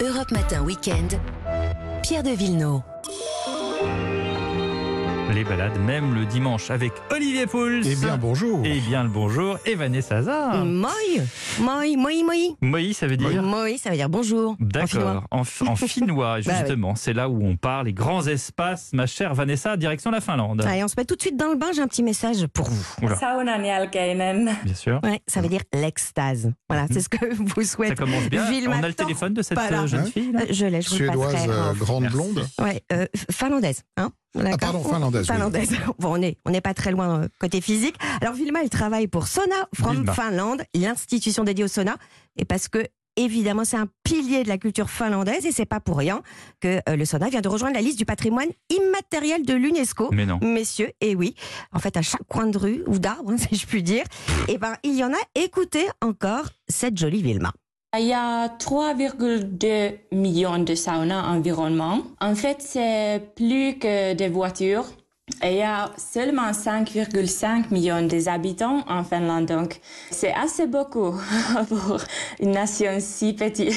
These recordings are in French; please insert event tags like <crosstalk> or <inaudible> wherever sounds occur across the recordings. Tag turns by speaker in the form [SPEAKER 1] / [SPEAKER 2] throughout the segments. [SPEAKER 1] Europe Matin Week-end, Pierre de Villeneuve.
[SPEAKER 2] Les balades, même le dimanche, avec Olivier Pouls.
[SPEAKER 3] Eh bien, bonjour.
[SPEAKER 2] Eh bien, le bonjour. Et Vanessa Hazard.
[SPEAKER 4] Moi, moi, moi, moi.
[SPEAKER 2] Moi, ça veut dire
[SPEAKER 4] Moi, ça veut dire bonjour. en
[SPEAKER 2] D'accord,
[SPEAKER 4] finnois.
[SPEAKER 2] en, fi-
[SPEAKER 4] <laughs>
[SPEAKER 2] en finnois,
[SPEAKER 4] Bah
[SPEAKER 2] justement. C'est là où on parle, les grands espaces. Ma chère Vanessa, direction la Finlande.
[SPEAKER 4] Allez, on se met tout de suite dans le bain, j'ai un petit message pour vous.
[SPEAKER 2] Oula,
[SPEAKER 5] Saunan jälkeinen.
[SPEAKER 2] bien sûr.
[SPEAKER 4] Ouais, ça veut dire l'extase. Mhm. Voilà, c'est ce que vous
[SPEAKER 2] Ça
[SPEAKER 4] souhaitez.
[SPEAKER 2] commence bien.
[SPEAKER 4] Vilma
[SPEAKER 2] on a le téléphone de cette
[SPEAKER 4] Torpala.
[SPEAKER 2] euh, jeune fille là
[SPEAKER 4] Je l'ai, je vous le
[SPEAKER 3] Suédoise
[SPEAKER 4] passerai.
[SPEAKER 3] euh, grande
[SPEAKER 2] Merci.
[SPEAKER 3] blonde.
[SPEAKER 4] Ouais, euh, finlandaise, hein D'accord.
[SPEAKER 3] pardon, finlandaise, oui.
[SPEAKER 4] Finlandaise. <laughs> Bon, on est, on n'est pas très loin euh, côté physique. Alors Vilma, elle travaille pour Sona from
[SPEAKER 2] Vilma.
[SPEAKER 4] Finlande, l'institution dédiée au sauna, et parce que évidemment c'est un pilier de la culture finlandaise et c'est pas pour rien que euh, le sauna vient de rejoindre la liste du patrimoine immatériel de l'UNESCO.
[SPEAKER 2] Mais non.
[SPEAKER 4] Messieurs, et oui, en fait, à chaque coin de rue ou d'arbre, hein, <laughs> si je puis dire, et ben, il y en a. Écoutez encore cette jolie Vilma.
[SPEAKER 5] Il y a 3,2 millions de saunas environnement. En fait, c'est plus que des voitures. Et il y a seulement 5,5 millions des habitants en Finlande, donc c'est assez beaucoup <laughs> pour une nation si petite.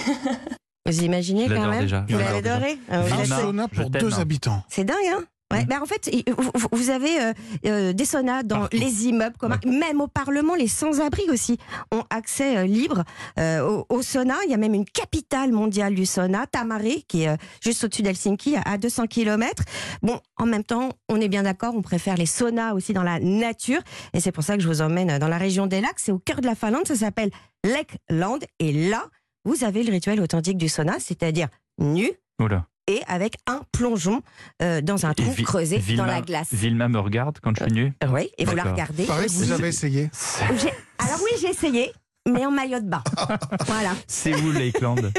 [SPEAKER 4] Vous imaginez
[SPEAKER 2] Je l'adore
[SPEAKER 4] quand même
[SPEAKER 2] déjà. Je
[SPEAKER 4] Vous l'avez
[SPEAKER 2] l'adore
[SPEAKER 4] adoré Ah, vous
[SPEAKER 2] Vilma.
[SPEAKER 3] Un
[SPEAKER 4] l'avez-
[SPEAKER 3] sauna
[SPEAKER 2] je
[SPEAKER 3] pour
[SPEAKER 2] t'aime.
[SPEAKER 3] deux habitants.
[SPEAKER 4] C'est dingue, hein Ouais,
[SPEAKER 2] Mm.
[SPEAKER 4] ben en fait, il- vous, vous- vous avez euh, euh, des saunas dans
[SPEAKER 2] Partout.
[SPEAKER 4] les immeubles, communs. même au Parlement, les sans-abri aussi ont accès euh, libre euh, au, au sauna. Il y a même une capitale mondiale du sauna, Tamare, qui est euh, juste au-dessus d'Helsinki, à, à 200 km. Bon, en même temps, on est bien d'accord, on préfère les saunas aussi dans la nature. Et c'est pour ça que je vous emmène euh, dans la région des lacs. C'est au cœur de la Finlande, ça s'appelle Lekland. Et là, vous avez le rituel authentique du sauna, c'est-à-dire nu,
[SPEAKER 2] Oula.
[SPEAKER 4] et avec un plongeon euh, dans un trou
[SPEAKER 2] Vi-
[SPEAKER 4] creusé
[SPEAKER 2] Vilma-
[SPEAKER 4] dans la glace.
[SPEAKER 2] Vilma me regarde quand je suis nu.
[SPEAKER 4] Euh, Oui, et vous la
[SPEAKER 2] D'accord.
[SPEAKER 4] regardez.
[SPEAKER 3] Pareil que vous
[SPEAKER 4] aussi.
[SPEAKER 3] avez essayé.
[SPEAKER 2] C'est-
[SPEAKER 4] <laughs> J'ai- Alors oui, j'ai essayé. Mais en maillot
[SPEAKER 3] <laughs>
[SPEAKER 4] de bain. voilà.
[SPEAKER 2] C'est
[SPEAKER 4] <laughs>
[SPEAKER 2] où l'Aikland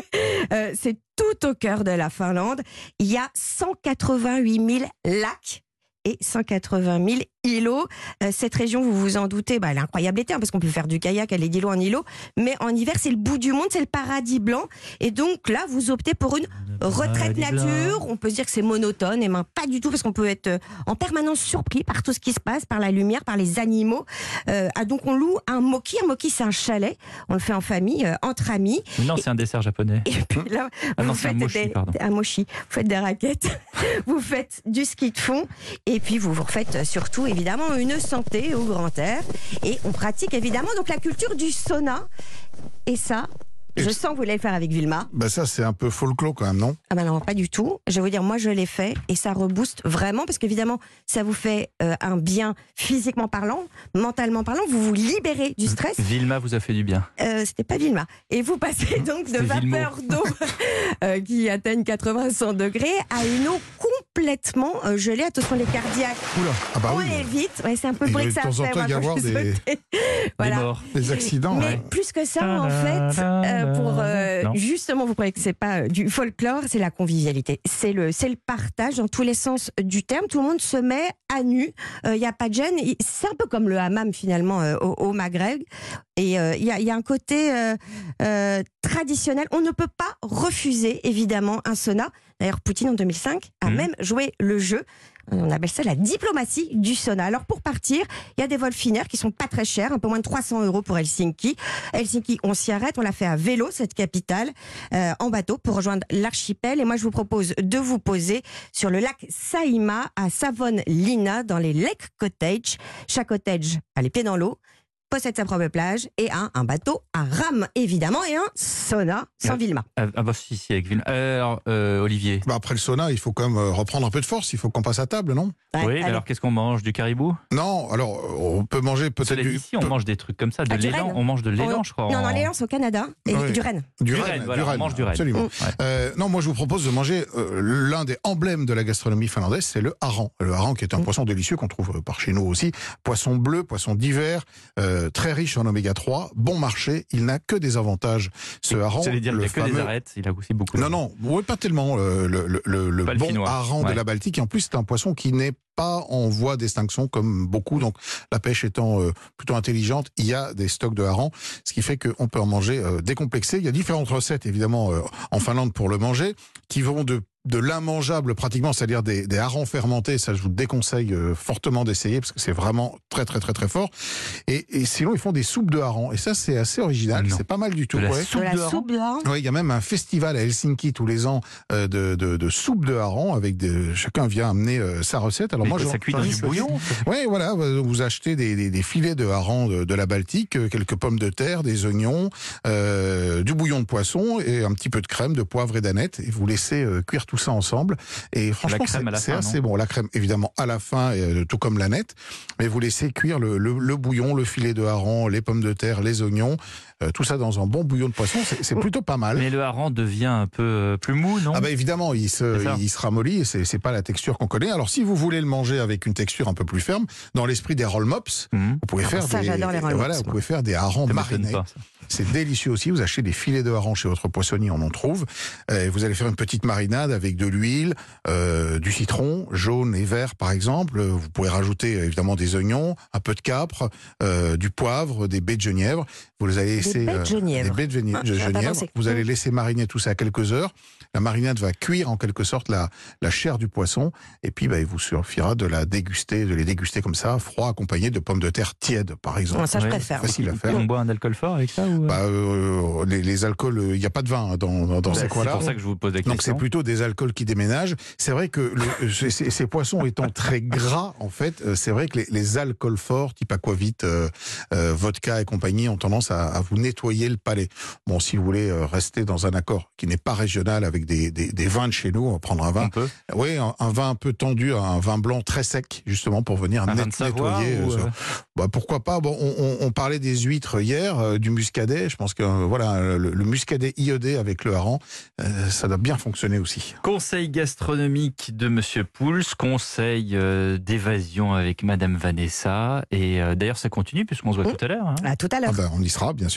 [SPEAKER 4] Euh, c'est tout au cœur de la Finlande. Il y a 188 000 lacs et 180 000 îlots. Euh, cette région, vous vous en doutez, bah, elle est incroyable l'été, hein, parce qu'on peut faire du kayak, aller d'îlot en îlot. Mais en hiver, c'est le bout du monde, c'est le paradis blanc. Et donc là, vous optez pour une retraite nature. On peut se dire que c'est monotone, et ben pas du tout, parce qu'on peut être euh, en permanence surpris par tout ce qui se passe, par la lumière, par les animaux. Euh, ah, donc on loue un moki. Un moki, c'est un chalet. On le fait en famille, euh, entre amis.
[SPEAKER 2] Non, c'est un dessert japonais.
[SPEAKER 4] Et puis là,
[SPEAKER 2] Ah non,
[SPEAKER 4] vous
[SPEAKER 2] c'est un
[SPEAKER 4] faites
[SPEAKER 2] mochi,
[SPEAKER 4] des,
[SPEAKER 2] pardon.
[SPEAKER 4] un mochi. Vous faites des raquettes, <laughs> vous faites du ski de fond, et puis vous vous refaites euh, surtout évidemment une santé au grand air. Et on pratique évidemment donc la culture du sauna. Et ça,
[SPEAKER 3] Et
[SPEAKER 4] je
[SPEAKER 3] tu-
[SPEAKER 4] sens que vous voulez le faire avec Vilma.
[SPEAKER 3] Bah ça, c'est un peu folklore quand même, non
[SPEAKER 4] Ah ben non, pas du tout. Je vais vous dire, moi je l'ai fait et ça rebooste vraiment parce qu'évidemment, ça vous fait euh, un bien physiquement parlant, mentalement parlant. Vous vous libérez du stress.
[SPEAKER 2] Vilma vous a fait du bien.
[SPEAKER 4] Euh, c'était pas Vilma. Et vous
[SPEAKER 3] <laughs>
[SPEAKER 4] passez donc de
[SPEAKER 2] C'est Villemot.
[SPEAKER 4] vapeur d'eau euh, qui atteignent 80-100 degrés à une eau complètement euh, gelée. Attention, les cardiaques,
[SPEAKER 3] Oula. Ah bah
[SPEAKER 4] on
[SPEAKER 3] oui.
[SPEAKER 4] les vite. Ouais, c'est un peu le
[SPEAKER 3] Il doit
[SPEAKER 4] bruit que
[SPEAKER 3] de
[SPEAKER 4] ça
[SPEAKER 3] temps en
[SPEAKER 4] fait.
[SPEAKER 3] temps
[SPEAKER 4] moi,
[SPEAKER 3] y
[SPEAKER 4] quand
[SPEAKER 3] avoir
[SPEAKER 4] je
[SPEAKER 3] des-
[SPEAKER 4] sautais.
[SPEAKER 2] Des
[SPEAKER 4] Voilà.
[SPEAKER 2] morts.
[SPEAKER 3] Les accidents.
[SPEAKER 4] Mais
[SPEAKER 3] ouais.
[SPEAKER 4] plus que ça, en fait, euh, pour euh,
[SPEAKER 2] Non.
[SPEAKER 4] justement, vous croyez que c'est pas euh, du folklore, c'est la convivialité, c'est le, c'est le partage dans tous les sens du terme. Tout le monde se met à nu, il n'y y a pas de gêne. Il- C'est un peu comme le hammam finalement euh, au, au Maghreb, et euh, il y, a, il y a un côté euh, euh, traditionnel. On ne peut pas refuser évidemment un sauna. D'ailleurs, Poutine en 2005 a
[SPEAKER 2] Mhm.
[SPEAKER 4] même joué le jeu. On appelle ça la diplomatie du sauna. Alors pour partir, il y a des vols finnaires qui sont pas très chers, un peu moins de 300 euros pour Helsinki. Helsinki, on s'y arrête, on l'a fait à vélo, cette capitale, euh, en bateau pour rejoindre l'archipel. Et moi, je vous propose de vous poser sur le lac Saïma à Savonlinna dans les Lake Cottage. Chaque cottage a les pieds dans l'eau, possède sa propre plage et a un bateau à rame, évidemment, et un sauna sans
[SPEAKER 2] Ouais.
[SPEAKER 4] Vilma.
[SPEAKER 2] Ah ah bah si, si, avec Vilma. Euh, alors, euh, Olivier.
[SPEAKER 3] Bah, après le sauna, il faut quand même euh, reprendre un peu de force. Il faut qu'on passe à table, non
[SPEAKER 4] Ouais,
[SPEAKER 2] oui,
[SPEAKER 4] allez.
[SPEAKER 2] alors qu'est-ce qu'on mange Du caribou
[SPEAKER 3] Non, alors euh, on peut manger peut-être
[SPEAKER 2] Cela dit,
[SPEAKER 3] du,
[SPEAKER 2] ici, on mange des trucs comme ça, de
[SPEAKER 4] Ah, du
[SPEAKER 2] l'élan.
[SPEAKER 4] renne.
[SPEAKER 2] On mange de l'élan,
[SPEAKER 4] On-
[SPEAKER 2] je crois.
[SPEAKER 4] Non,
[SPEAKER 2] en-
[SPEAKER 4] non, les lances au Canada et
[SPEAKER 3] Oh. Ouais.
[SPEAKER 4] du renne.
[SPEAKER 3] du
[SPEAKER 2] Du
[SPEAKER 3] renne,
[SPEAKER 2] renne, voilà, on mange du renne.
[SPEAKER 3] Absolument.
[SPEAKER 2] Ouais.
[SPEAKER 3] Euh, non, moi je vous propose de manger euh, l'un des emblèmes de la gastronomie finlandaise, c'est le hareng. Le hareng qui est
[SPEAKER 2] Mm.
[SPEAKER 3] un poisson délicieux qu'on trouve euh, par chez nous aussi. Poisson bleu, poisson d'hiver, euh, très riche en oméga 3, bon marché. Il n'a que des avantages. Ce hareng,
[SPEAKER 2] J'allais dire, il
[SPEAKER 3] le
[SPEAKER 2] n'y a que des
[SPEAKER 3] fameux-
[SPEAKER 2] arêtes, il a aussi beaucoup de-
[SPEAKER 3] Non, non, ouais, pas tellement. euh, le le- le- le
[SPEAKER 2] Pas le
[SPEAKER 3] bon
[SPEAKER 2] finnois,
[SPEAKER 3] hareng
[SPEAKER 2] ouais.
[SPEAKER 3] de la Baltique, Et en plus, c'est un poisson qui n'est pas en voie d'extinction comme beaucoup. Donc, la pêche étant euh, plutôt intelligente, il y a des stocks de hareng, ce qui fait qu'on peut en manger euh, décomplexé. Il y a différentes recettes, évidemment, euh, en Finlande pour le manger, qui vont de de l'immangeable pratiquement, c'est-à-dire des, des harengs fermentés. Ça, je vous déconseille euh, fortement d'essayer parce que c'est vraiment très très très très fort. Et, et sinon, ils font des soupes de harengs. Et ça, c'est assez original.
[SPEAKER 2] Ah non.
[SPEAKER 3] c'est pas mal du tout.
[SPEAKER 2] De la
[SPEAKER 3] ouais.
[SPEAKER 2] soupe
[SPEAKER 4] de
[SPEAKER 2] de
[SPEAKER 4] la
[SPEAKER 2] hareng.
[SPEAKER 4] soupe de hareng.
[SPEAKER 3] Oui, il y a même un festival à Helsinki tous les ans euh, de, de, de soupe de hareng avec des, chacun vient amener euh, sa recette. Alors
[SPEAKER 2] Mais
[SPEAKER 3] moi,
[SPEAKER 2] ça
[SPEAKER 3] j'en-
[SPEAKER 2] cuit
[SPEAKER 3] j'en
[SPEAKER 2] dans
[SPEAKER 3] ai
[SPEAKER 2] du
[SPEAKER 3] choisi-
[SPEAKER 2] bouillon.
[SPEAKER 3] oui, voilà, vous vous achetez des, des- des filets de hareng de, de la Baltique, euh, quelques pommes de terre, des oignons, euh, du bouillon de poisson et un petit peu de crème, de poivre et d'aneth. Et vous laissez euh, cuire tout ça ensemble. Et franchement,
[SPEAKER 2] crème
[SPEAKER 3] c'est-
[SPEAKER 2] à la
[SPEAKER 3] c'est
[SPEAKER 2] fin,
[SPEAKER 3] assez bon. La crème, évidemment, à la fin, euh, tout comme l'aneth. Mais vous laissez cuire le, le- le bouillon, le filet de hareng, les pommes de terre, les oignons, euh, tout ça dans un bon bouillon de poisson. C'est c'est plutôt pas mal.
[SPEAKER 2] Oh. Mais le hareng devient un peu euh, plus mou, non
[SPEAKER 3] Ah bah évidemment, il
[SPEAKER 2] C'est ça.
[SPEAKER 3] se, il se ramollit et c'est c'est pas la texture qu'on connaît. Alors si vous voulez le manger avec une texture un peu plus ferme, dans l'esprit des roll mops,
[SPEAKER 2] Mhm.
[SPEAKER 3] vous pouvez
[SPEAKER 4] Ah,
[SPEAKER 3] faire
[SPEAKER 4] ça,
[SPEAKER 3] des
[SPEAKER 4] j'adore les roll mops,
[SPEAKER 3] voilà, vous
[SPEAKER 4] moi.
[SPEAKER 3] pouvez faire des harengs
[SPEAKER 2] Ça m'étonne
[SPEAKER 3] marinés.
[SPEAKER 2] pas. ça.
[SPEAKER 3] C'est délicieux aussi. Vous achetez des filets de harengs chez votre poissonnier, on en trouve. Euh, vous allez faire une petite marinade avec de l'huile, euh, du citron jaune et vert par exemple. Euh, Vous pouvez rajouter euh, évidemment des oignons, un peu de capre, euh, du poivre, des baies de genièvre. Vous les allez
[SPEAKER 4] Des
[SPEAKER 3] laisser euh,
[SPEAKER 4] baies de genièvre.
[SPEAKER 3] des baies de geni-
[SPEAKER 4] Ah,
[SPEAKER 3] de
[SPEAKER 4] j'avais pas
[SPEAKER 3] genièvre.
[SPEAKER 4] pensé.
[SPEAKER 3] Vous allez laisser mariner tout ça quelques heures. La marinade va cuire en quelque sorte la, la chair du poisson et puis bah, il vous suffira de la déguster, de les déguster comme ça, froid accompagné de pommes de terre tièdes par exemple.
[SPEAKER 4] Bon, ça, je
[SPEAKER 2] Ouais.
[SPEAKER 4] préfère.
[SPEAKER 3] Facile à
[SPEAKER 2] Et
[SPEAKER 3] faire.
[SPEAKER 2] On boit un alcool fort avec ça ou... euh
[SPEAKER 3] Bah, euh, les, les alcools, il n'y a pas de vin hein, dans, dans- dans
[SPEAKER 2] Bah,
[SPEAKER 3] ces
[SPEAKER 2] C'est pour
[SPEAKER 3] coins-là.
[SPEAKER 2] ça que je vous pose la question.
[SPEAKER 3] Donc c'est plutôt des alcools qui déménagent. C'est vrai que le- euh, ces- ces, ces poissons <laughs> étant très gras, en fait, euh, c'est vrai que les, les alcools forts, type aquavit, euh, euh, vodka et compagnie, ont tendance à, à vous nettoyer le palais. Bon, si vous voulez euh, rester dans un accord qui n'est pas régional avec des, des- des vins de chez nous, on va prendre un vin.
[SPEAKER 2] On peut.
[SPEAKER 3] Oui, un, un vin un peu tendu, un vin blanc très sec, justement, pour venir
[SPEAKER 2] Un
[SPEAKER 3] net-
[SPEAKER 2] vin de Savoie
[SPEAKER 3] nettoyer.
[SPEAKER 2] ou,
[SPEAKER 3] euh,
[SPEAKER 2] euh,
[SPEAKER 3] bah, pourquoi pas bon, on, on- on parlait des huîtres hier, euh, du muscadet. Je pense que euh, voilà, le, le muscadet iodé avec le hareng, euh, ça doit bien fonctionner aussi.
[SPEAKER 2] Conseil gastronomique de Monsieur Pouls, conseil euh, d'évasion avec Madame Vanessa. Et euh, d'ailleurs, ça continue puisqu'on se voit
[SPEAKER 4] Mm.
[SPEAKER 2] tout à l'heure. hein.
[SPEAKER 4] À tout à l'heure.
[SPEAKER 3] Ah ben, on y sera, bien sûr.